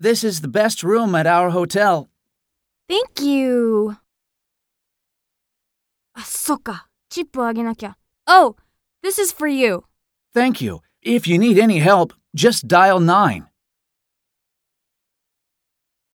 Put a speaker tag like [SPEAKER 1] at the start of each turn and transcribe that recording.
[SPEAKER 1] This is the best room at our hotel.
[SPEAKER 2] Thank you. あ、そっか。チップあげなきゃ。Oh, this is for you.
[SPEAKER 1] Thank you. If you need any help, just dial 9.